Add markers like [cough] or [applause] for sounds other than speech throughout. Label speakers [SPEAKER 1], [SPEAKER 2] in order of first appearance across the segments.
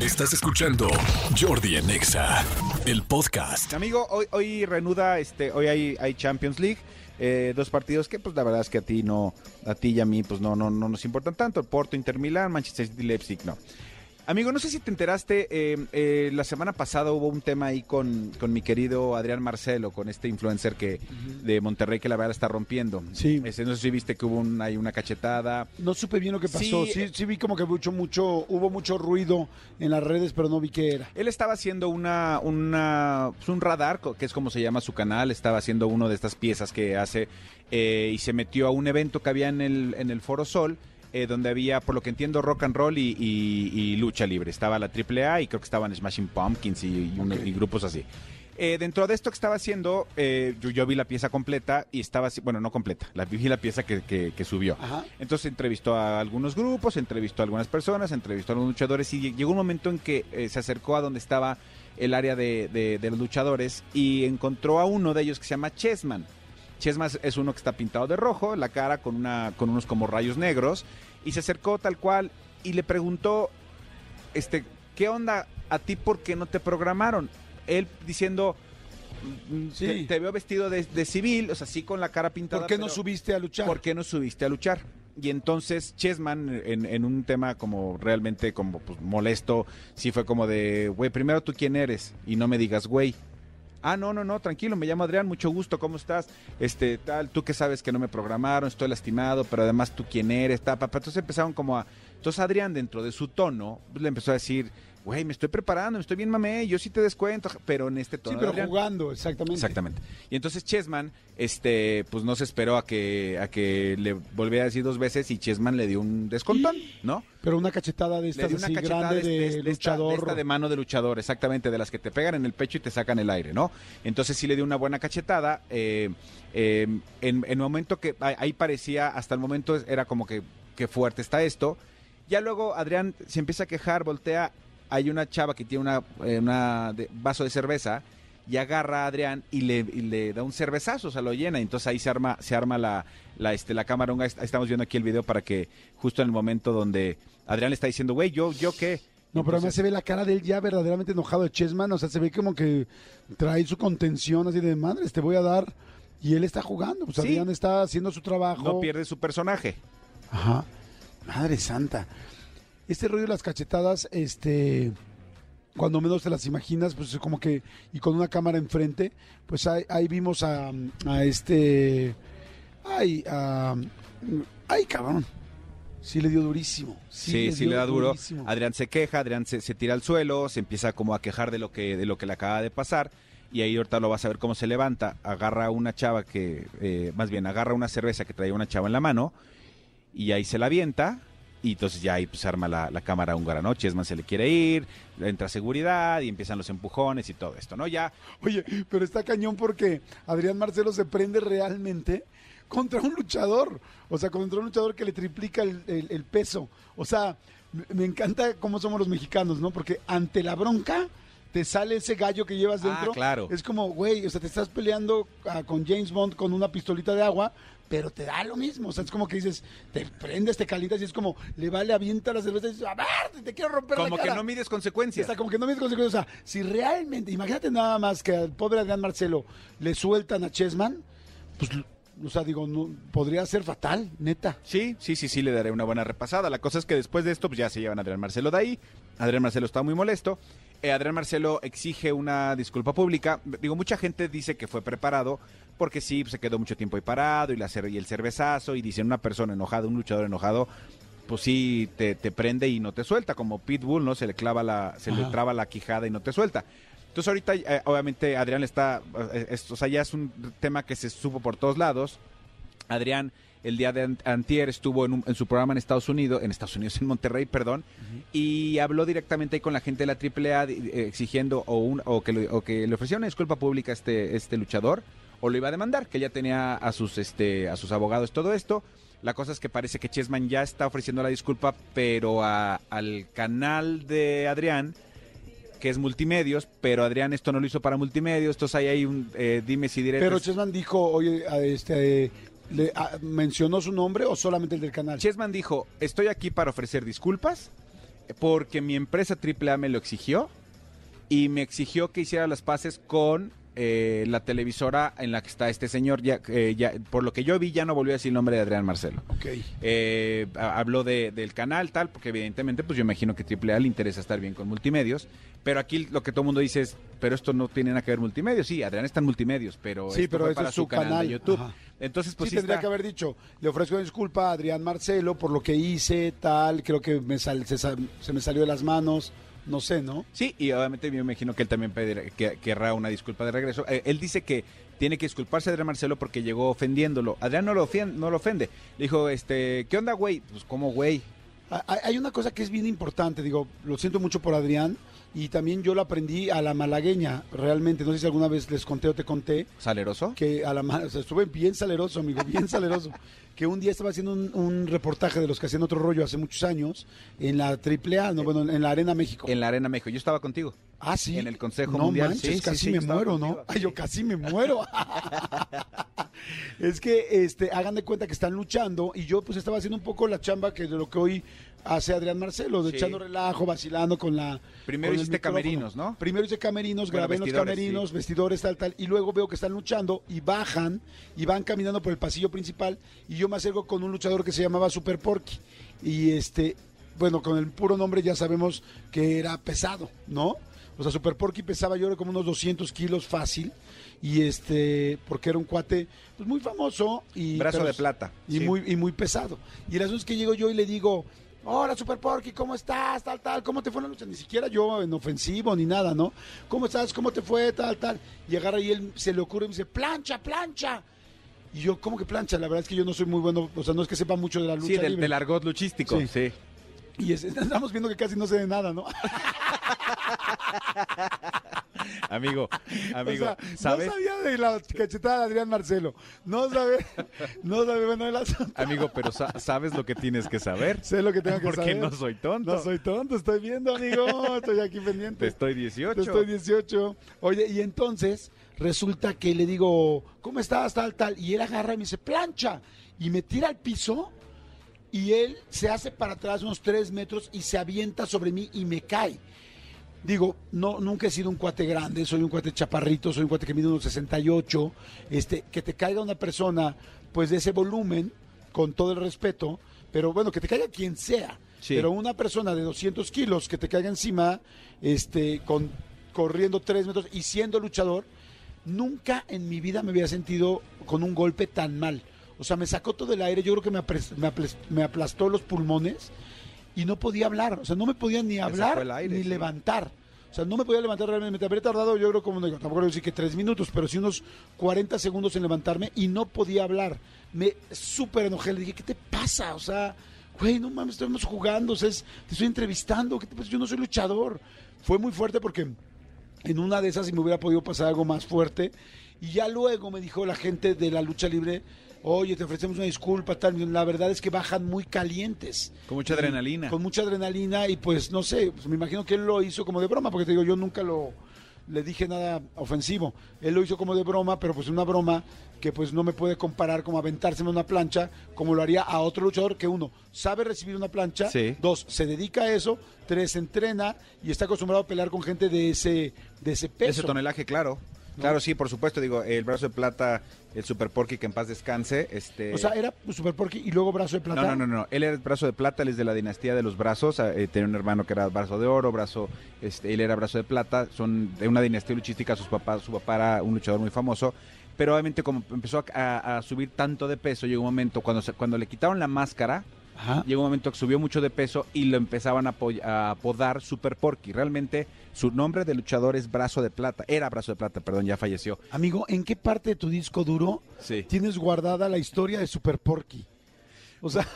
[SPEAKER 1] Estás escuchando Jordi en Exa, el podcast.
[SPEAKER 2] Amigo, hoy, hoy reanuda, este, hoy hay, hay Champions League, eh, dos partidos que pues la verdad es que a ti no, a ti y a mí pues no, no, no nos importan tanto, el Porto, Inter Milán, Manchester City, Leipzig, no. Amigo, no sé si te enteraste, eh, eh, la semana pasada hubo un tema ahí con, con mi querido Adrián Marcelo, con este influencer que de Monterrey que la verdad está rompiendo.
[SPEAKER 3] Sí.
[SPEAKER 2] Ese, no sé si viste que hubo un, hay una cachetada.
[SPEAKER 3] No supe bien lo que pasó.
[SPEAKER 2] Sí,
[SPEAKER 3] Sí,
[SPEAKER 2] eh.
[SPEAKER 3] sí, vi como que mucho, mucho, hubo mucho ruido en las redes, pero no vi qué era.
[SPEAKER 2] Él estaba haciendo una, una, pues, un radar, co- que es como se llama su canal, estaba haciendo una de estas piezas que hace eh, y se metió a un evento que había en el, en el Foro Sol, eh, donde había, por lo que entiendo, rock and roll y, y- y lucha libre. Estaba la AAA y creo que estaban Smashing Pumpkins y, y unos-
[SPEAKER 3] Ok.
[SPEAKER 2] y grupos así. Eh, dentro de esto que estaba haciendo, eh, yo, yo vi la pieza completa y estaba así, bueno, no completa, la, vi la pieza que, que- que subió.
[SPEAKER 3] Ajá.
[SPEAKER 2] Entonces entrevistó a algunos grupos, entrevistó a algunas personas, entrevistó a los luchadores y lle- llegó un momento en que eh, se acercó a donde estaba el área de, de- de los luchadores y encontró a uno de ellos que se llama Chessman. Chessman es- es uno que está pintado de rojo, la cara con, una, con unos como rayos negros y se acercó tal cual y le preguntó, este, ¿qué onda a ti por qué no te programaron? Él diciendo, mm,
[SPEAKER 3] Sí.
[SPEAKER 2] te, te veo vestido de, de civil, o sea, sí con la cara pintada.
[SPEAKER 3] ¿Por qué no
[SPEAKER 2] pero-
[SPEAKER 3] subiste a luchar?
[SPEAKER 2] ¿Por qué no subiste a luchar? Y entonces Chessman, en, en un tema como realmente como pues, molesto, sí fue como de, güey, primero tú quién eres y no me digas, güey. Ah, no, no, no, tranquilo, me llamo Adrián, mucho gusto, ¿cómo estás? Este, tal, tú que sabes que no me programaron, estoy lastimado, pero además tú quién eres, tal, papá. Entonces empezaron como a... Entonces Adrián, dentro de su tono, pues, le empezó a decir, güey, me estoy preparando, me estoy bien mamé, yo sí te descuento, pero en este tono
[SPEAKER 3] Sí,
[SPEAKER 2] de
[SPEAKER 3] pero
[SPEAKER 2] Adrián.
[SPEAKER 3] jugando, exactamente.
[SPEAKER 2] Exactamente. Y entonces Chessman, este, pues no se esperó a que, a que le volviera a decir dos veces y Chessman le dio un descontón, ¿no?
[SPEAKER 3] Pero una cachetada de
[SPEAKER 2] Le
[SPEAKER 3] estas
[SPEAKER 2] dio una
[SPEAKER 3] así
[SPEAKER 2] cachetada
[SPEAKER 3] grande de,
[SPEAKER 2] de, de esta- de
[SPEAKER 3] luchador.
[SPEAKER 2] esta de mano de luchador, exactamente, de las que te pegan en el pecho y te sacan el aire, ¿no? Entonces sí le dio una buena cachetada. eh, eh, en, en el momento que ahí- ahí parecía, hasta el momento es- era como que, que fuerte está esto. Ya luego Adrián se empieza a quejar, voltea, hay una chava que tiene una, eh, una de- vaso de cerveza y agarra a Adrián y le, y le da un cervezazo, o sea, lo llena. Entonces ahí se arma, se arma la, la, este, la cámara. Ahí Estamos viendo aquí el video para que justo en el momento donde Adrián le está diciendo, güey, yo, yo qué.
[SPEAKER 3] No, pero además
[SPEAKER 2] Entonces,
[SPEAKER 3] se ve la cara de él ya verdaderamente enojado de Chessman. O sea, se ve como que trae su contención así de madres, te voy a dar. Y él está jugando. Pues
[SPEAKER 2] Sí.
[SPEAKER 3] Adrián está haciendo su trabajo.
[SPEAKER 2] no pierde su personaje.
[SPEAKER 3] Ajá. Madre santa. Este rollo de las cachetadas, este. Cuando menos te las imaginas, pues como que. Y con una cámara enfrente, pues ahí, ahí vimos a, a este. Ay, a. Ay, cabrón. Sí le dio durísimo.
[SPEAKER 2] Sí, sí, le
[SPEAKER 3] dio
[SPEAKER 2] da duro.
[SPEAKER 3] durísimo.
[SPEAKER 2] Adrián se queja, Adrián se, se tira al suelo, se empieza como a quejar de lo que de lo que le acaba de pasar. Y ahí ahorita lo vas a ver cómo se levanta. Agarra una chava que, eh, más bien, agarra una cerveza que traía una chava en la mano. Y ahí se la avienta. Y entonces ya ahí pues arma la, la cámara húngara, ¿no? Chesman se le quiere ir, entra seguridad y empiezan los empujones y todo esto, ¿no? Ya,
[SPEAKER 3] Oye, pero está cañón porque Adrián Marcelo se prende realmente contra un luchador. O sea, contra un luchador que le triplica el, el- el peso. O sea, me- me encanta cómo somos los mexicanos, ¿no? Porque ante la bronca te sale ese gallo que llevas
[SPEAKER 2] Ah,
[SPEAKER 3] dentro.
[SPEAKER 2] claro.
[SPEAKER 3] Es como, güey, o sea, te estás peleando ah, con James Bond con una pistolita de agua, pero te da lo mismo. O sea, es como que dices, te prendes, te calientas y es como, le vale, avienta la cerveza y dices, a ver, te- te quiero romper la
[SPEAKER 2] como que
[SPEAKER 3] cara".
[SPEAKER 2] no mides
[SPEAKER 3] Sí,
[SPEAKER 2] consecuencias.
[SPEAKER 3] está como que no me consecuencias. O sea, si realmente, imagínate nada más que al pobre Adrián Marcelo le sueltan a Chessman, pues, o sea, digo, no, podría ser fatal, neta.
[SPEAKER 2] Sí, sí, sí, sí, le daré una buena repasada. La cosa es que después de esto, pues ya se llevan a Adrián Marcelo de ahí. Adrián Marcelo está muy molesto. Eh, Adrián Marcelo exige una disculpa pública. Digo, mucha gente dice que fue preparado porque sí, pues, se quedó mucho tiempo ahí parado y, la cer- y el cervezazo. Y dicen una persona enojada, un luchador enojado, pues sí, te, te prende y no te suelta. Como Pitbull, ¿no? Se le clava la, se le
[SPEAKER 3] Ajá.
[SPEAKER 2] traba la quijada y no te suelta. Entonces ahorita, eh, obviamente, Adrián le está, eh, es- o sea, ya es un tema que se supo por todos lados. Adrián el día de an- antier estuvo en, un- en su programa en Estados Unidos, en Estados Unidos, en Monterrey, perdón, y habló directamente ahí con la gente de la AAA di- eh, exigiendo o, un- o que, le- o que le ofreciera una disculpa pública a este, este luchador o lo iba a demandar, que ya tenía a sus, este, a sus abogados todo esto. La cosa es que parece que Chessman ya está ofreciendo la disculpa, pero a- al canal de Adrián que es multimedios, pero Adrián esto no lo hizo para multimedios, entonces ahí hay un eh, dimes y directos.
[SPEAKER 3] Pero Chessman dijo, oye, a este, le, a- ¿mencionó su nombre o solamente el del canal?
[SPEAKER 2] Chessman dijo, estoy aquí para ofrecer disculpas. porque mi empresa AAA me lo exigió y me exigió que hiciera las paces con eh, la televisora en la que está este señor. Ya, eh, ya- por lo que yo vi, ya no volvió a decir el nombre de Adrián Marcelo.
[SPEAKER 3] Ok.
[SPEAKER 2] Eh, ha- habló de- del canal, tal, porque evidentemente, pues yo imagino que AAA le interesa estar bien con multimedios. Pero aquí lo que todo el mundo dice es, pero esto no tiene nada que ver multimedios. Sí, Adrián está en multimedios, pero
[SPEAKER 3] Sí,
[SPEAKER 2] esto
[SPEAKER 3] pero
[SPEAKER 2] fue
[SPEAKER 3] ese
[SPEAKER 2] para
[SPEAKER 3] es
[SPEAKER 2] su
[SPEAKER 3] su
[SPEAKER 2] canal,
[SPEAKER 3] canal.
[SPEAKER 2] de YouTube.
[SPEAKER 3] Ajá.
[SPEAKER 2] Entonces, pues sí
[SPEAKER 3] sí, tendría
[SPEAKER 2] está-
[SPEAKER 3] que haber dicho, le ofrezco una disculpa a Adrián Marcelo por lo que hice, tal, creo que me sal- se, sal- se me salió de las manos, no sé, ¿no?
[SPEAKER 2] Sí, y obviamente yo me imagino que él también pedirá- que- querrá una disculpa de regreso. Eh, él dice que tiene que disculparse a Adrián Marcelo porque llegó ofendiéndolo. Adrián no lo, ofien- no lo ofende. Le dijo, este, ¿qué onda, güey? Pues, ¿cómo, güey?
[SPEAKER 3] Ah, Hay hay una cosa que es bien importante, digo, lo siento mucho por Adrián y también yo lo aprendí a la malagueña, realmente, no sé si alguna vez les conté o te conté,
[SPEAKER 2] ¿Saleroso?
[SPEAKER 3] que a la mano, o sea, estuve bien saleroso, amigo, bien saleroso. Que un día estaba haciendo un, un reportaje de los que hacían otro rollo hace muchos años en la AAA, no, bueno, en la Arena México.
[SPEAKER 2] En la Arena México. Yo estaba contigo.
[SPEAKER 3] ah, sí.
[SPEAKER 2] en el Consejo
[SPEAKER 3] no
[SPEAKER 2] Mundial.
[SPEAKER 3] Manches,
[SPEAKER 2] Sí, sí,
[SPEAKER 3] casi
[SPEAKER 2] sí, yo
[SPEAKER 3] me
[SPEAKER 2] estaba
[SPEAKER 3] muero, ¿no?
[SPEAKER 2] contigo,
[SPEAKER 3] Ay, yo casi me muero. [laughs] es que este, hagan de cuenta que están luchando y yo pues estaba haciendo un poco la chamba que de lo que hoy hace Adrián Marcelo, de
[SPEAKER 2] Sí.
[SPEAKER 3] echando relajo, vacilando con la
[SPEAKER 2] Primero
[SPEAKER 3] con el
[SPEAKER 2] hiciste
[SPEAKER 3] micrófono.
[SPEAKER 2] camerinos, ¿no?
[SPEAKER 3] Primero hice camerinos,
[SPEAKER 2] Bueno,
[SPEAKER 3] grabé en los
[SPEAKER 2] vestidores,
[SPEAKER 3] camerinos,
[SPEAKER 2] sí.
[SPEAKER 3] vestidores, tal, tal, y luego veo que están luchando y bajan y van caminando por el pasillo principal y yo me acerco con un luchador que se llamaba Super Porky y este, bueno, con el puro nombre ya sabemos que era pesado, ¿no? O sea, Super Porky pesaba yo creo como unos 200 kilos fácil y este, porque era un cuate pues, muy famoso y...
[SPEAKER 2] Brazo
[SPEAKER 3] pero-
[SPEAKER 2] de plata.
[SPEAKER 3] y,
[SPEAKER 2] Sí.
[SPEAKER 3] muy, y muy pesado. Y el asunto es que llego yo y le digo, hola Super Porky, ¿cómo estás? Tal, tal, ¿cómo te fue la lucha? Ni siquiera yo en ofensivo ni nada, ¿no? ¿Cómo estás? ¿Cómo te fue? Tal, tal. Y agarra y él se le ocurre y me dice, plancha, plancha. Y yo, ¿cómo que plancha? La verdad es que yo no soy muy bueno, o sea, no es que sepa mucho de la lucha
[SPEAKER 2] Sí, del,
[SPEAKER 3] libre.
[SPEAKER 2] del argot luchístico.
[SPEAKER 3] Sí. [laughs] Y es- [laughs] estamos viendo que casi no sé de nada, ¿no? [laughs]
[SPEAKER 2] Amigo, amigo,
[SPEAKER 3] [laughs] O sea,
[SPEAKER 2] ¿sabes?
[SPEAKER 3] No sabía de la cachetada de Adrián Marcelo. No sabe, [laughs] no sabe, bueno, el asunto. [laughs]
[SPEAKER 2] Amigo, pero sa- ¿sabes lo que tienes que saber?
[SPEAKER 3] Sé lo que tengo
[SPEAKER 2] [laughs]
[SPEAKER 3] que
[SPEAKER 2] Porque
[SPEAKER 3] saber.
[SPEAKER 2] no soy tonto.
[SPEAKER 3] No soy tonto, estoy viendo, amigo. Estoy aquí pendiente.
[SPEAKER 2] Te estoy 18.
[SPEAKER 3] Yo estoy 18. Oye, y entonces resulta que le digo, ¿cómo estás? Tal, tal. Y él agarra y me dice, plancha. Y me tira al piso y él se hace para atrás unos 3 metros y se avienta sobre mí y me cae. Digo, no, nunca he sido un cuate grande, soy un cuate chaparrito, soy un cuate que mide unos 68. Este, que te caiga una persona, pues de ese volumen, con todo el respeto, pero bueno, que te caiga quien sea.
[SPEAKER 2] Sí.
[SPEAKER 3] Pero una persona de 200 kilos que te caiga encima, este, con, corriendo 3 metros y siendo luchador, nunca en mi vida me había sentido con un golpe tan mal. O sea, me sacó todo el aire, yo creo que me, apres- me aples- me aplastó los pulmones y no podía hablar. O sea, no me podía ni hablar
[SPEAKER 2] sacó el aire,
[SPEAKER 3] ni
[SPEAKER 2] sí.
[SPEAKER 3] levantar. O sea, no me podía levantar realmente. Me habría tardado, yo creo, como no, tampoco quiero decir que tres minutos, pero sí unos 40 segundos en levantarme y no podía hablar. Me súper enojé. Le dije, ¿qué te pasa? O sea, güey, no mames, estamos jugando. O sea, es- te estoy entrevistando. ¿Qué te pasa? Yo no soy luchador. Fue muy fuerte porque en una de esas si me hubiera podido pasar algo más fuerte. Y ya luego me dijo la gente de la lucha libre, oye, te ofrecemos una disculpa, tal. La verdad es que bajan muy calientes.
[SPEAKER 2] Con mucha
[SPEAKER 3] Y-
[SPEAKER 2] adrenalina.
[SPEAKER 3] Con mucha adrenalina y pues no sé, pues, me imagino que él lo hizo como de broma, porque te digo, yo nunca lo le dije nada ofensivo. Él lo hizo como de broma, pero pues una broma que pues no me puede comparar como aventárseme una plancha como lo haría a otro luchador que uno sabe recibir una plancha,
[SPEAKER 2] Sí.
[SPEAKER 3] dos, se dedica a eso, tres, entrena y está acostumbrado a pelear con gente de ese de ese peso.
[SPEAKER 2] Ese tonelaje, claro. Claro, sí, por supuesto. Digo, el brazo de plata, el Super Porky, que en paz descanse. Este...
[SPEAKER 3] O sea, era Super Porky y luego brazo de plata.
[SPEAKER 2] No, no, no, no. Él era el brazo de plata, él es de la dinastía de los brazos. eh, tenía un hermano que era brazo de oro, brazo, este, él era brazo de plata. Son de una dinastía luchística, sus papás, su papá era un luchador muy famoso. Pero obviamente como empezó a, a- a subir tanto de peso, llegó un momento, cuando, se- cuando le quitaron la máscara,
[SPEAKER 3] Ajá.
[SPEAKER 2] llegó un momento que subió mucho de peso y lo empezaban a, apo- a apodar Super Porky. Realmente su nombre de luchador es brazo de plata. Era brazo de plata, perdón, ya falleció.
[SPEAKER 3] Amigo, ¿en qué parte de tu disco duro
[SPEAKER 2] Sí.
[SPEAKER 3] tienes guardada la historia de Super Porky? O sea,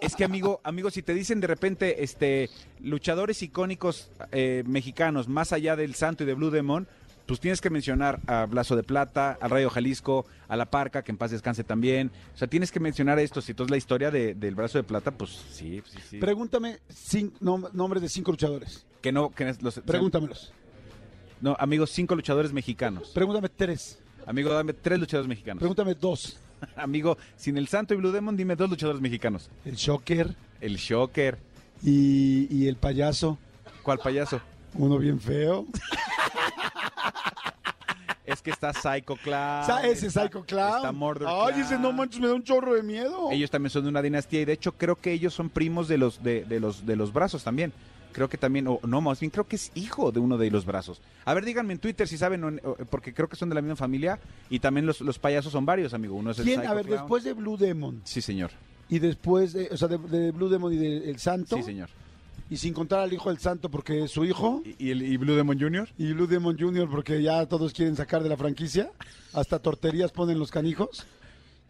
[SPEAKER 2] Es que amigo, amigo, si te dicen de repente, este, luchadores icónicos eh, mexicanos, más allá del Santo y de Blue Demon, pues tienes que mencionar a Blazo de Plata, al Rayo Jalisco, a La Parca, que en paz descanse también. O sea, tienes que mencionar esto. Si entonces la historia de- del Brazo de Plata, pues sí, sí, sí.
[SPEAKER 3] pregúntame cinco, nom- nombres de cinco luchadores.
[SPEAKER 2] que no, que los,
[SPEAKER 3] Pregúntamelos.
[SPEAKER 2] No, amigos, cinco luchadores mexicanos.
[SPEAKER 3] Pregúntame tres.
[SPEAKER 2] Amigo, dame tres luchadores mexicanos. [laughs]
[SPEAKER 3] Pregúntame dos.
[SPEAKER 2] Amigo, sin el Santo y Blue Demon, dime dos luchadores mexicanos.
[SPEAKER 3] El Shocker,
[SPEAKER 2] El Shocker,
[SPEAKER 3] y, y el payaso,
[SPEAKER 2] ¿Cuál payaso?
[SPEAKER 3] uno bien feo.
[SPEAKER 2] Es que está Psycho Clown.
[SPEAKER 3] Sa- ese
[SPEAKER 2] Ah, está-
[SPEAKER 3] Psycho Clown.
[SPEAKER 2] Está Murder
[SPEAKER 3] Ay,
[SPEAKER 2] Clown.
[SPEAKER 3] ese no manches, me da un chorro de miedo.
[SPEAKER 2] Ellos también son de una dinastía y de hecho creo que ellos son primos de los de, de los de los brazos también. Creo que también, o no, más bien creo que es hijo de uno de los brazos. A ver, díganme en Twitter si saben, o en- o- porque creo que son de la misma familia y también los, los payasos son varios, amigo. Uno es el
[SPEAKER 3] ¿Quién?
[SPEAKER 2] Psycho
[SPEAKER 3] A ver,
[SPEAKER 2] Clown.
[SPEAKER 3] después de Blue Demon
[SPEAKER 2] Sí, señor.
[SPEAKER 3] y después, de, o sea, de, de Blue Demon y del El Santo,
[SPEAKER 2] Sí, señor.
[SPEAKER 3] y sin contar al hijo del Santo porque es su hijo,
[SPEAKER 2] ¿Y, y el, y Blue Demon Jr.?
[SPEAKER 3] y Blue Demon Jr. porque ya todos quieren sacar de la franquicia, hasta torterías ponen los canijos.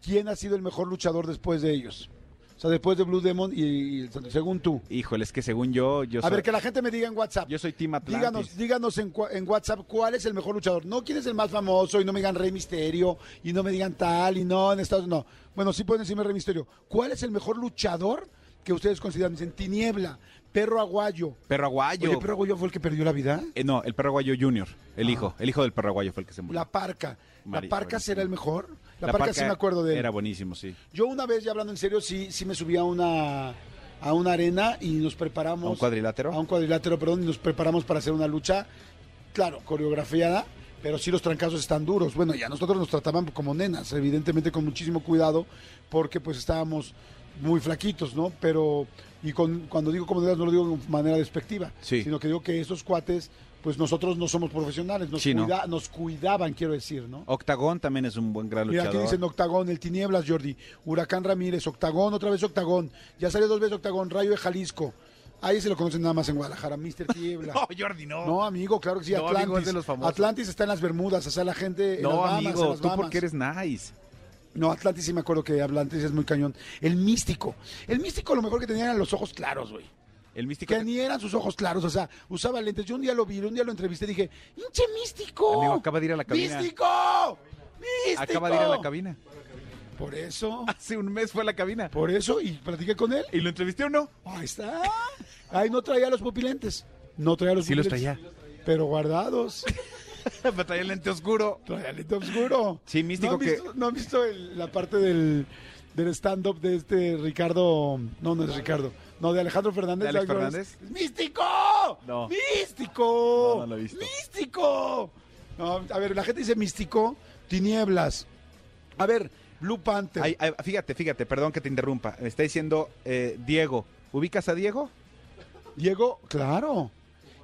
[SPEAKER 3] ¿Quién ha sido el mejor luchador después de ellos? O sea, después de Blue Demon y, y el Santo, según tú.
[SPEAKER 2] Híjole, es que según yo, yo
[SPEAKER 3] A
[SPEAKER 2] soy,
[SPEAKER 3] ver, que la gente me diga en WhatsApp.
[SPEAKER 2] yo soy Team Atlantis.
[SPEAKER 3] Díganos, díganos en, cua- en WhatsApp cuál es el mejor luchador. No quién es el más famoso y no me digan Rey Misterio y no me digan tal y no en Estados Unidos. No. Bueno, sí pueden decirme Rey Misterio. ¿Cuál es el mejor luchador que ustedes consideran? Dicen Tiniebla, Perro Aguayo.
[SPEAKER 2] Perro Aguayo.
[SPEAKER 3] Oye, Perro Aguayo fue el que perdió la vida.
[SPEAKER 2] Eh, no, el Perro Aguayo Jr., el hijo. El hijo del Perro Aguayo fue el que se murió.
[SPEAKER 3] La Parca.
[SPEAKER 2] Mari-
[SPEAKER 3] ¿La Parca será el mejor? La,
[SPEAKER 2] La
[SPEAKER 3] parca, sí me acuerdo de él.
[SPEAKER 2] Era buenísimo, sí.
[SPEAKER 3] Yo una vez, ya hablando en serio, sí, sí me subí a una, a una arena y nos preparamos.
[SPEAKER 2] ¿A un cuadrilátero?
[SPEAKER 3] A un cuadrilátero, perdón, y nos preparamos para hacer una lucha, claro, coreografiada, pero sí los trancazos están duros. Bueno, y a nosotros nos trataban como nenas, evidentemente con muchísimo cuidado, porque pues estábamos muy flaquitos, ¿no? Pero, y con, cuando digo como nenas no lo digo de manera despectiva,
[SPEAKER 2] Sí.
[SPEAKER 3] sino que digo que esos cuates, pues nosotros no somos profesionales, nos,
[SPEAKER 2] Sí, ¿no?
[SPEAKER 3] cuida- nos cuidaban, quiero decir, ¿no?
[SPEAKER 2] Octagón también es un buen gran
[SPEAKER 3] Mira, aquí
[SPEAKER 2] luchador.
[SPEAKER 3] dicen Octagón, el Tinieblas, Jordi. Huracán Ramírez, Octagón, otra vez Octagón. Ya salió dos veces Octagón, Rayo de Jalisco. Ahí se lo conocen nada más en Guadalajara, Mr. Tiebla.
[SPEAKER 2] [laughs] No, Jordi, no.
[SPEAKER 3] No, amigo, claro que sí,
[SPEAKER 2] No,
[SPEAKER 3] Atlantis.
[SPEAKER 2] amigo, es de los famosos.
[SPEAKER 3] Atlantis está en las Bermudas, o sea, la gente. en
[SPEAKER 2] No,
[SPEAKER 3] las Bahamas, en
[SPEAKER 2] amigo,
[SPEAKER 3] las
[SPEAKER 2] tú
[SPEAKER 3] Bahamas.
[SPEAKER 2] porque eres nice.
[SPEAKER 3] No, Atlantis sí me acuerdo que Atlantis es muy cañón. El místico. El místico lo mejor que tenía eran los ojos claros, güey.
[SPEAKER 2] El místico.
[SPEAKER 3] Que ni eran sus ojos claros, o sea, usaba lentes. Yo un día lo vi, un día lo entrevisté y dije, ¡Pinche místico!
[SPEAKER 2] Amigo, acaba de ir a la cabina.
[SPEAKER 3] ¡Místico! ¡Místico!
[SPEAKER 2] Acaba de ir a la cabina. [laughs]
[SPEAKER 3] Por eso.
[SPEAKER 2] Hace un mes fue a la cabina.
[SPEAKER 3] Por eso, y platiqué con él.
[SPEAKER 2] ¿Y lo entrevisté o no? [laughs]
[SPEAKER 3] Ahí está. Ahí no traía los pupilentes. No traía los
[SPEAKER 2] Sí los
[SPEAKER 3] pupilentes. Pero guardados.
[SPEAKER 2] Batalla el lente oscuro.
[SPEAKER 3] Traía el lente oscuro.
[SPEAKER 2] Sí, místico
[SPEAKER 3] ¿No han
[SPEAKER 2] que-
[SPEAKER 3] visto, ¿no han visto el- la parte del, del stand-up de este Ricardo? No, no es Ricardo. No, de Alejandro Fernández.
[SPEAKER 2] ¿De Alex
[SPEAKER 3] ¿Sabes cómo es?
[SPEAKER 2] Fernández?
[SPEAKER 3] ¡Místico!
[SPEAKER 2] No.
[SPEAKER 3] ¡Místico!
[SPEAKER 2] No, no lo he visto.
[SPEAKER 3] ¡Místico! No, a ver, la gente dice místico, tinieblas. A ver, Blue Panther.
[SPEAKER 2] Ay, ay, fíjate, fíjate, perdón que te interrumpa. Me está diciendo eh, Diego. ¿Ubicas a Diego?
[SPEAKER 3] Diego, claro.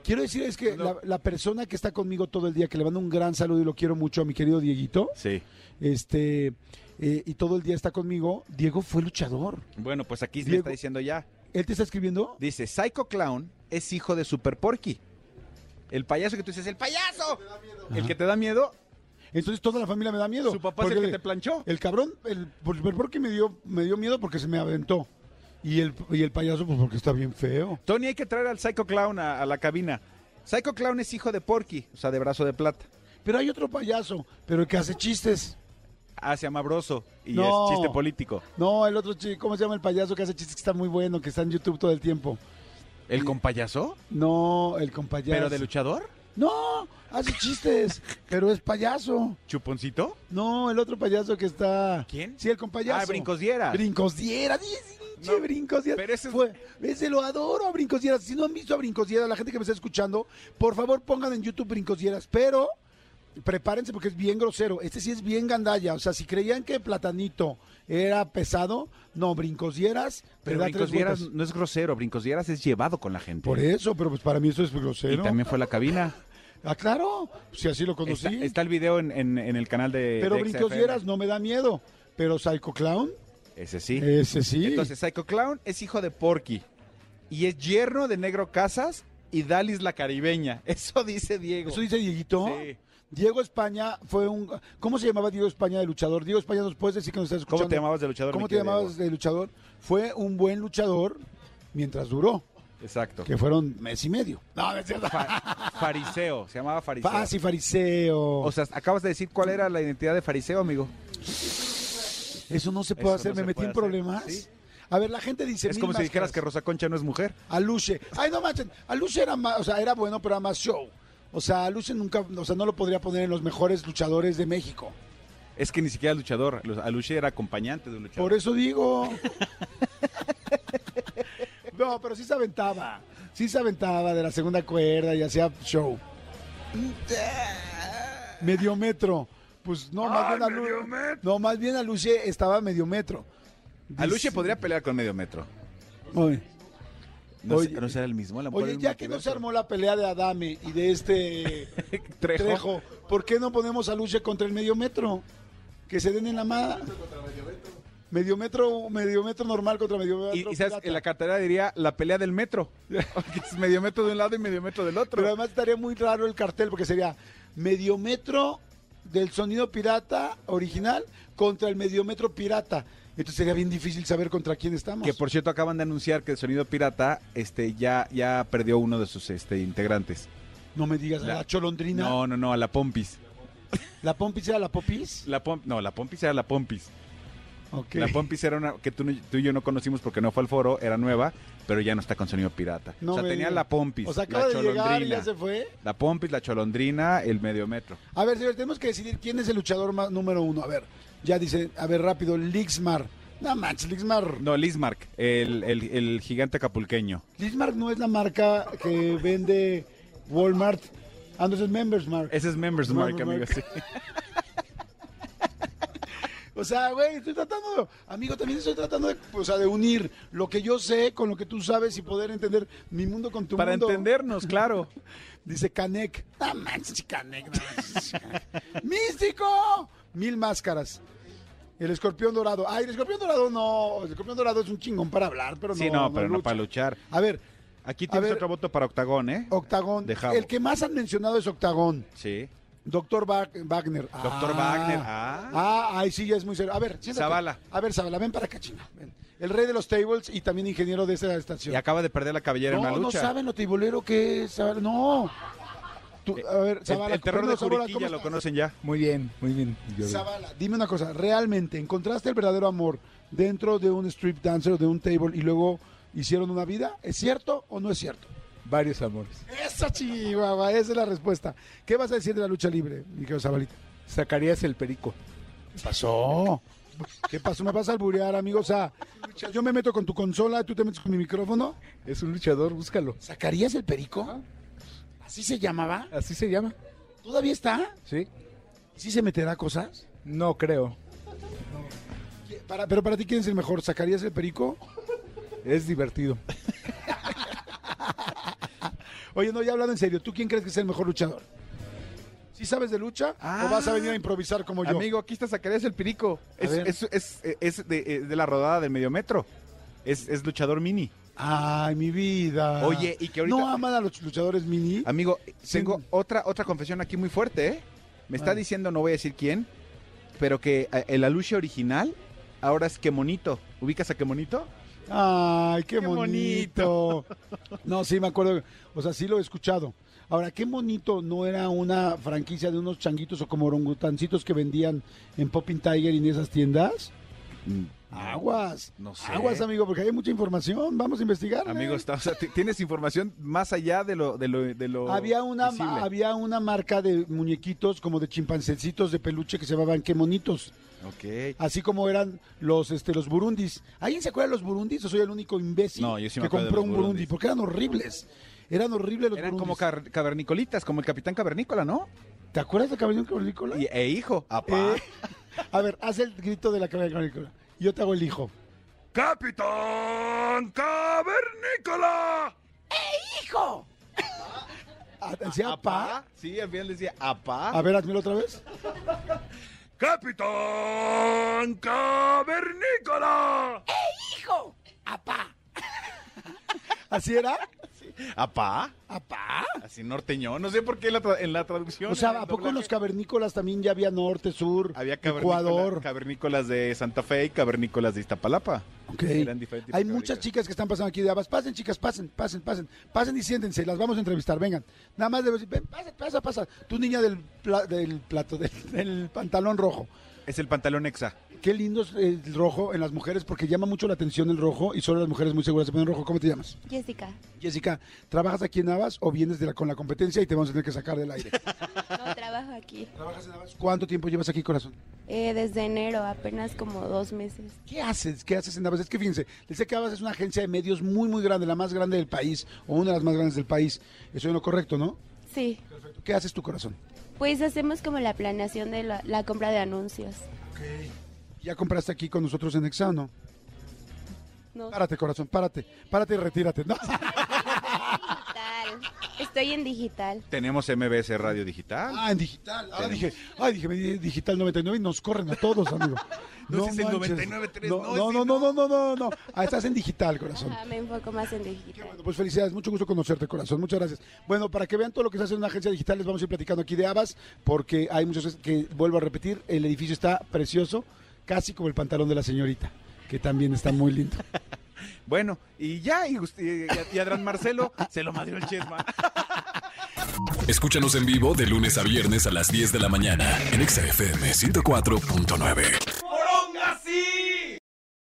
[SPEAKER 3] Quiero decir es que la, la persona que está conmigo todo el día, que le mando un gran saludo y lo quiero mucho a mi querido Dieguito,
[SPEAKER 2] Sí.
[SPEAKER 3] este, eh, y todo el día está conmigo, Diego fue luchador.
[SPEAKER 2] Bueno, pues aquí me
[SPEAKER 3] Diego.
[SPEAKER 2] está diciendo ya.
[SPEAKER 3] ¿Él te está escribiendo?
[SPEAKER 2] Dice, Psycho Clown es hijo de Super Porky. El payaso que tú dices, el payaso. El que te da miedo,
[SPEAKER 3] Entonces toda la familia me da miedo.
[SPEAKER 2] su papá es el
[SPEAKER 3] Porque
[SPEAKER 2] que te planchó.
[SPEAKER 3] el cabrón, el por- porque me dio, me dio miedo porque se me aventó. Y el, y el payaso, pues porque está bien feo.
[SPEAKER 2] Tony, hay que traer al Psycho Clown a, a la cabina. Psycho Clown es hijo de Porky, o sea, de brazo de plata.
[SPEAKER 3] Pero hay otro payaso, pero el que hace chistes.
[SPEAKER 2] Hacia Mabroso y
[SPEAKER 3] No.
[SPEAKER 2] es chiste político.
[SPEAKER 3] No, el otro chico, ¿cómo se llama el payaso que hace chistes que está muy bueno, que está en YouTube todo el tiempo?
[SPEAKER 2] ¿El con payaso?
[SPEAKER 3] No, el compayaso.
[SPEAKER 2] ¿Pero de luchador?
[SPEAKER 3] No, hace chistes, pero es payaso.
[SPEAKER 2] ¿Chuponcito?
[SPEAKER 3] No, el otro payaso que está.
[SPEAKER 2] ¿Quién?
[SPEAKER 3] Sí, el compayaso.
[SPEAKER 2] Ah, Brincos Dieras.
[SPEAKER 3] Brincos Dieras, sí, sí, pinche
[SPEAKER 2] No,
[SPEAKER 3] Brincos Dieras.
[SPEAKER 2] pero ese es-
[SPEAKER 3] Fue- ese lo adoro a Brincos Dieras. Si no han visto a Brincos Dieras, la gente que me está escuchando, por favor pongan en YouTube Brincos Dieras, pero prepárense porque es bien grosero. Este sí es bien gandalla. O sea, si creían que Platanito era pesado, no, Brincos Dieras,
[SPEAKER 2] Pero
[SPEAKER 3] da
[SPEAKER 2] Brincos
[SPEAKER 3] tres
[SPEAKER 2] Dieras
[SPEAKER 3] vueltas.
[SPEAKER 2] no es grosero, Brincos Dieras es llevado con la gente.
[SPEAKER 3] Por eso, pero pues para mí eso es
[SPEAKER 2] y
[SPEAKER 3] grosero.
[SPEAKER 2] también fue a la cabina.
[SPEAKER 3] Ah, claro, si así lo conocí.
[SPEAKER 2] Está, está el video en, en- en el canal de.
[SPEAKER 3] Pues Pero
[SPEAKER 2] de
[SPEAKER 3] Brincos
[SPEAKER 2] XFM.
[SPEAKER 3] Dieras no me da miedo. Pero Psycho Clown,
[SPEAKER 2] Ese sí.
[SPEAKER 3] ese sí.
[SPEAKER 2] Entonces, Psycho Clown es hijo de Porky y es yerno de Negro Casas y Dalis la caribeña. [laughs] Eso dice Diego.
[SPEAKER 3] Eso dice Dieguito.
[SPEAKER 2] Sí.
[SPEAKER 3] Diego España fue un... ¿Cómo se llamaba Diego España de luchador? Diego España, ¿nos puedes decir que nos estás escuchando?
[SPEAKER 2] ¿Cómo te llamabas de luchador?
[SPEAKER 3] ¿Cómo
[SPEAKER 2] mi
[SPEAKER 3] te
[SPEAKER 2] querido
[SPEAKER 3] llamabas de luchador? Fue un buen luchador mientras duró,
[SPEAKER 2] Diego? Exacto.
[SPEAKER 3] que fueron mes y medio. No, no es cierto. [laughs]
[SPEAKER 2] Fa- fariseo, se llamaba Fariseo.
[SPEAKER 3] Ah, sí, fariseo.
[SPEAKER 2] O sea, acabas de decir cuál era la identidad de Fariseo, amigo.
[SPEAKER 3] eso no se puede
[SPEAKER 2] eso
[SPEAKER 3] hacer,
[SPEAKER 2] no
[SPEAKER 3] me
[SPEAKER 2] se puede
[SPEAKER 3] metí en
[SPEAKER 2] hacer.
[SPEAKER 3] problemas.
[SPEAKER 2] Sí.
[SPEAKER 3] A ver, la gente dice...
[SPEAKER 2] es
[SPEAKER 3] mil
[SPEAKER 2] como si dijeras
[SPEAKER 3] máscaras.
[SPEAKER 2] que Rosa Concha no es mujer.
[SPEAKER 3] Aluche. Ay, no manchen. Aluche era más, o sea, era bueno, pero era más show. O sea, Aluche nunca, o sea, no lo podría poner en los mejores luchadores de México.
[SPEAKER 2] Es que ni siquiera luchador. [laughs] Los- Aluche era acompañante de un luchador.
[SPEAKER 3] Por eso digo. No, pero sí se aventaba. Sí se aventaba de la segunda cuerda y hacía show. Medio metro. Pues no, más bien Alu- No, más bien Aluche estaba a medio metro.
[SPEAKER 2] Aluche podría pelear con medio metro.
[SPEAKER 3] Oye,
[SPEAKER 2] No,
[SPEAKER 3] Oye.
[SPEAKER 2] sé- no será el mismo. a lo mejor
[SPEAKER 3] oye,
[SPEAKER 2] el
[SPEAKER 3] ya que no se
[SPEAKER 2] multiverso.
[SPEAKER 3] armó la pelea de Adame y de este
[SPEAKER 2] [laughs] Trejo.
[SPEAKER 3] Trejo, ¿por qué no ponemos a Luche contra el medio metro? Que se den en la mada. Medio metro, medio metro normal contra medio metro.
[SPEAKER 2] Y, y sabes,
[SPEAKER 3] pirata.
[SPEAKER 2] en la cartera diría la pelea del metro. [laughs] que es medio metro de un lado y medio metro del otro.
[SPEAKER 3] Pero además estaría muy raro el cartel porque sería medio metro del sonido pirata original contra el medio metro pirata. Entonces sería bien difícil saber contra quién estamos.
[SPEAKER 2] que por cierto acaban de anunciar que el sonido pirata este ya, ya perdió uno de sus este, integrantes.
[SPEAKER 3] No me digas, la,
[SPEAKER 2] La-
[SPEAKER 3] cholondrina,
[SPEAKER 2] No, no, no, a la Pompis.
[SPEAKER 3] la pompis era la popis.
[SPEAKER 2] La Pom- no, la Pompis era la Pompis.
[SPEAKER 3] Ok.
[SPEAKER 2] La Pompis era una que tú, no- tú y yo no conocimos porque no fue al foro, era nueva, pero ya no está con sonido pirata.
[SPEAKER 3] No
[SPEAKER 2] o sea,
[SPEAKER 3] me
[SPEAKER 2] tenía
[SPEAKER 3] digas.
[SPEAKER 2] la Pompis,
[SPEAKER 3] O sea,
[SPEAKER 2] la
[SPEAKER 3] acaba de llegar y
[SPEAKER 2] Cholondrina.
[SPEAKER 3] ya se fue.
[SPEAKER 2] La Pompis, la Cholondrina, el medio metro.
[SPEAKER 3] A ver, señores, tenemos que decidir quién es el luchador más número uno. A ver, ya dice, a ver, rápido, Lixmar. No manches, Lixmar.
[SPEAKER 2] No, Lismark, el, el- el gigante acapulqueño.
[SPEAKER 3] Lixmar no es la marca que vende Walmart. Ah, no, ese es Members Mark.
[SPEAKER 2] Ese es Members Mark,
[SPEAKER 3] Member
[SPEAKER 2] amigo.
[SPEAKER 3] Mark.
[SPEAKER 2] sí.
[SPEAKER 3] O sea, güey, estoy tratando, amigo, también estoy tratando de, o sea, de unir lo que yo sé con lo que tú sabes y poder entender mi mundo con tu
[SPEAKER 2] Para
[SPEAKER 3] mundo.
[SPEAKER 2] entendernos,
[SPEAKER 3] [laughs]
[SPEAKER 2] claro.
[SPEAKER 3] Dice Canek. No manches, Canek, no manches.
[SPEAKER 2] [laughs]
[SPEAKER 3] ¡Místico! Mil máscaras. El escorpión dorado. Ay, el escorpión dorado no. El escorpión dorado es un chingón para hablar, pero no.
[SPEAKER 2] sí, no, pero no
[SPEAKER 3] lucha.
[SPEAKER 2] para luchar.
[SPEAKER 3] A ver,
[SPEAKER 2] Aquí
[SPEAKER 3] A
[SPEAKER 2] tienes
[SPEAKER 3] ver.
[SPEAKER 2] otro voto para Octagón, ¿eh?
[SPEAKER 3] Octagón.
[SPEAKER 2] De Jabo.
[SPEAKER 3] El que más han mencionado es Octagón.
[SPEAKER 2] Sí.
[SPEAKER 3] Doctor Ba- Wagner.
[SPEAKER 2] Doctor Wagner, ah.
[SPEAKER 3] Ah, ahí sí ya es muy serio. A ver, siéntate.
[SPEAKER 2] Zavala.
[SPEAKER 3] A ver, Zavala, ven para acá, China. Ven. El rey de los tables y también ingeniero de esa
[SPEAKER 2] Y
[SPEAKER 3] estación.
[SPEAKER 2] acaba de perder la cabellera en
[SPEAKER 3] no,
[SPEAKER 2] una
[SPEAKER 3] no
[SPEAKER 2] lucha.
[SPEAKER 3] saben lo tibolero que es. Zavala. No. Tú, a ver,
[SPEAKER 2] Eh, El,
[SPEAKER 3] Zavala.
[SPEAKER 2] el terror de
[SPEAKER 3] cuéntanos, Zavala,
[SPEAKER 2] Juriquilla
[SPEAKER 3] ¿cómo
[SPEAKER 2] lo
[SPEAKER 3] estás?
[SPEAKER 2] conocen ya.
[SPEAKER 4] Muy bien, muy bien. Yo-
[SPEAKER 3] Zavala, dime una cosa. ¿Realmente encontraste el verdadero amor dentro de un strip dancer o de un table y luego hicieron una vida? ¿Es cierto o no es cierto?
[SPEAKER 4] Varios amores.
[SPEAKER 3] Esa chihuahua, esa es la respuesta. ¿Qué vas a decir de la lucha libre, mi querido Zabalita?
[SPEAKER 4] Zacarías el Perico.
[SPEAKER 3] pasó? ¿Qué pasó? ¿Me vas a alburear, amigo? O sea, yo me meto con tu consola, tú te metes con mi micrófono.
[SPEAKER 4] Es un luchador, búscalo.
[SPEAKER 3] ¿Sacarías el perico? ¿Así se llamaba?
[SPEAKER 4] Así se llama,
[SPEAKER 3] ¿Todavía está?
[SPEAKER 4] ¿sí?
[SPEAKER 3] ¿Sí se meterá cosas?
[SPEAKER 4] No creo.
[SPEAKER 3] Para- pero para ti, ¿quién es el mejor? ¿Sacarías el perico?
[SPEAKER 4] Es divertido.
[SPEAKER 3] [laughs] Oye, no, ya hablando en serio, ¿tú quién crees que es el mejor luchador? ¿Sí sabes de lucha? ¿O vas a venir a improvisar como yo?
[SPEAKER 2] Amigo, aquí está Zacarías el Pirico.
[SPEAKER 3] A
[SPEAKER 2] Es,
[SPEAKER 3] ver.
[SPEAKER 2] es- es- es de, eh, de la rodada del medio metro. Es, es luchador mini.
[SPEAKER 3] Ay, mi vida.
[SPEAKER 2] Oye, y que ahorita-
[SPEAKER 3] ¿No aman a los luchadores mini?
[SPEAKER 2] Amigo,
[SPEAKER 3] Sí.
[SPEAKER 2] tengo otra, otra confesión aquí muy fuerte, ¿eh? Me está
[SPEAKER 3] Vale.
[SPEAKER 2] diciendo, no voy a decir quién, pero que eh, el Aluche original ahora es Quemonito. ¿Ubicas a Quemonito?
[SPEAKER 3] Ay, qué,
[SPEAKER 2] Qué
[SPEAKER 3] bonito.
[SPEAKER 2] bonito.
[SPEAKER 3] No, sí, me acuerdo. O sea, sí lo he escuchado. Ahora, qué bonito no era una franquicia de unos changuitos o como orangutancitos que vendían en Popping Tiger y en esas tiendas. Mm. Aguas.
[SPEAKER 2] no sé.
[SPEAKER 3] Aguas, amigo, porque hay mucha información. Vamos a investigar. ¿eh?
[SPEAKER 2] Amigo, está- o sea, t- tienes información más allá de lo, de lo, de lo
[SPEAKER 3] Había una,
[SPEAKER 2] visible.
[SPEAKER 3] había una marca de muñequitos como de chimpancecitos de peluche que se llamaban qué monitos,
[SPEAKER 2] Ok.
[SPEAKER 3] así como eran los este los burundis. ¿Alguien se acuerda de los burundis? ¿O soy el único imbécil
[SPEAKER 2] No, yo sí me
[SPEAKER 3] que
[SPEAKER 2] acuerdo de
[SPEAKER 3] compró
[SPEAKER 2] los
[SPEAKER 3] un burundi?
[SPEAKER 2] burundis.
[SPEAKER 3] Porque eran horribles. Eran horribles los
[SPEAKER 2] Eran como
[SPEAKER 3] burundis.
[SPEAKER 2] car- cavernicolitas, como el Capitán Cavernícola, ¿no?
[SPEAKER 3] ¿Te acuerdas de Caballón Cavernícola?
[SPEAKER 2] Y- e hijo.
[SPEAKER 3] Eh, a ver, haz el grito de la Caballón Cavernícola. Yo te hago el hijo.
[SPEAKER 1] ¡Capitán Cavernícola!
[SPEAKER 3] ¡Hijo! ¿Decía pa?
[SPEAKER 2] ¿Apá? Sí, al final decía apá.
[SPEAKER 3] A ver, hazmelo otra vez.
[SPEAKER 1] ¡Capitán Cavernícola!
[SPEAKER 3] ¡Hijo! ¡Apá! ¿Así era?
[SPEAKER 2] ¿Apá?
[SPEAKER 3] ¿Apá?
[SPEAKER 2] Así norteño. No sé por qué en la, tra- en la traducción.
[SPEAKER 3] O sea,
[SPEAKER 2] en el
[SPEAKER 3] ¿a poco
[SPEAKER 2] doblaje,
[SPEAKER 3] los cavernícolas también ya había norte, sur,
[SPEAKER 2] Había cavernícola-
[SPEAKER 3] Ecuador?
[SPEAKER 2] cavernícolas de Santa Fe y cavernícolas de Iztapalapa.
[SPEAKER 3] Ok.
[SPEAKER 2] Eran diferentes tipos
[SPEAKER 3] Hay
[SPEAKER 2] de
[SPEAKER 3] muchas
[SPEAKER 2] cavernícolas.
[SPEAKER 3] chicas que están pasando aquí de Abas. Pasen, chicas, pasen, pasen, pasen. Pasen y siéntense, las vamos a entrevistar, vengan. Nada más de decir, ven, pasa, pasa, pasa. Tu niña del, pla- del plato, del, del pantalón rojo.
[SPEAKER 2] Es el pantalón exa.
[SPEAKER 3] Qué lindo es el rojo en las mujeres porque llama mucho la atención el rojo y solo las mujeres muy seguras se ponen rojo. ¿Cómo te llamas?
[SPEAKER 5] Jessica,
[SPEAKER 3] Jessica, ¿trabajas aquí en Abas o vienes de la, con
[SPEAKER 2] [laughs]
[SPEAKER 3] la competencia y te vamos a tener que sacar del aire?
[SPEAKER 5] no [laughs] trabajo aquí.
[SPEAKER 3] ¿Trabajas en Abas? ¿Cuánto tiempo llevas aquí, corazón?
[SPEAKER 5] Eh, desde enero, apenas como dos meses.
[SPEAKER 3] ¿Qué haces? ¿Qué haces en Navas? Es que fíjense, les sé que Navas es una agencia de medios muy, muy grande, la más grande del país, o una de las más grandes del país. Eso es lo correcto, ¿no?
[SPEAKER 5] Sí,
[SPEAKER 3] Perfecto. ¿Qué haces tu corazón?
[SPEAKER 5] pues hacemos como la planeación de la, la compra de anuncios.
[SPEAKER 3] Ya compraste aquí con nosotros en Exano.
[SPEAKER 5] No,
[SPEAKER 3] Párate, corazón, párate. Párate y retírate.
[SPEAKER 2] [laughs]
[SPEAKER 3] ¿no?
[SPEAKER 5] digital. Estoy en digital.
[SPEAKER 2] Tenemos MBS Radio Digital.
[SPEAKER 3] Ah, en digital. Ah, dije, ay, dije, me di- digital 99 y nos corren a todos, amigo.
[SPEAKER 2] No, ese es el
[SPEAKER 3] manches.
[SPEAKER 2] 99.3,
[SPEAKER 3] No,
[SPEAKER 2] no,
[SPEAKER 3] no,
[SPEAKER 2] ese
[SPEAKER 3] no, no, no, no, no, no. Ah, estás en digital, corazón.
[SPEAKER 5] Ajá, Ah, me enfoco más en
[SPEAKER 3] Qué
[SPEAKER 5] digital.
[SPEAKER 3] bueno, pues felicidades, mucho gusto conocerte, corazón, muchas gracias. Bueno, para que vean todo lo que se hace en una agencia digital, les vamos a ir platicando aquí de Abas, porque hay muchas veces que, vuelvo a repetir, el edificio está precioso, casi como el pantalón de la señorita, que también está muy lindo.
[SPEAKER 2] Bueno, y ya, y, Gust- y- y- y Adrián Marcelo se lo madrió el Chesma.
[SPEAKER 1] Escúchanos en vivo de lunes a viernes a las 10 de la mañana en Exa FM 104.9.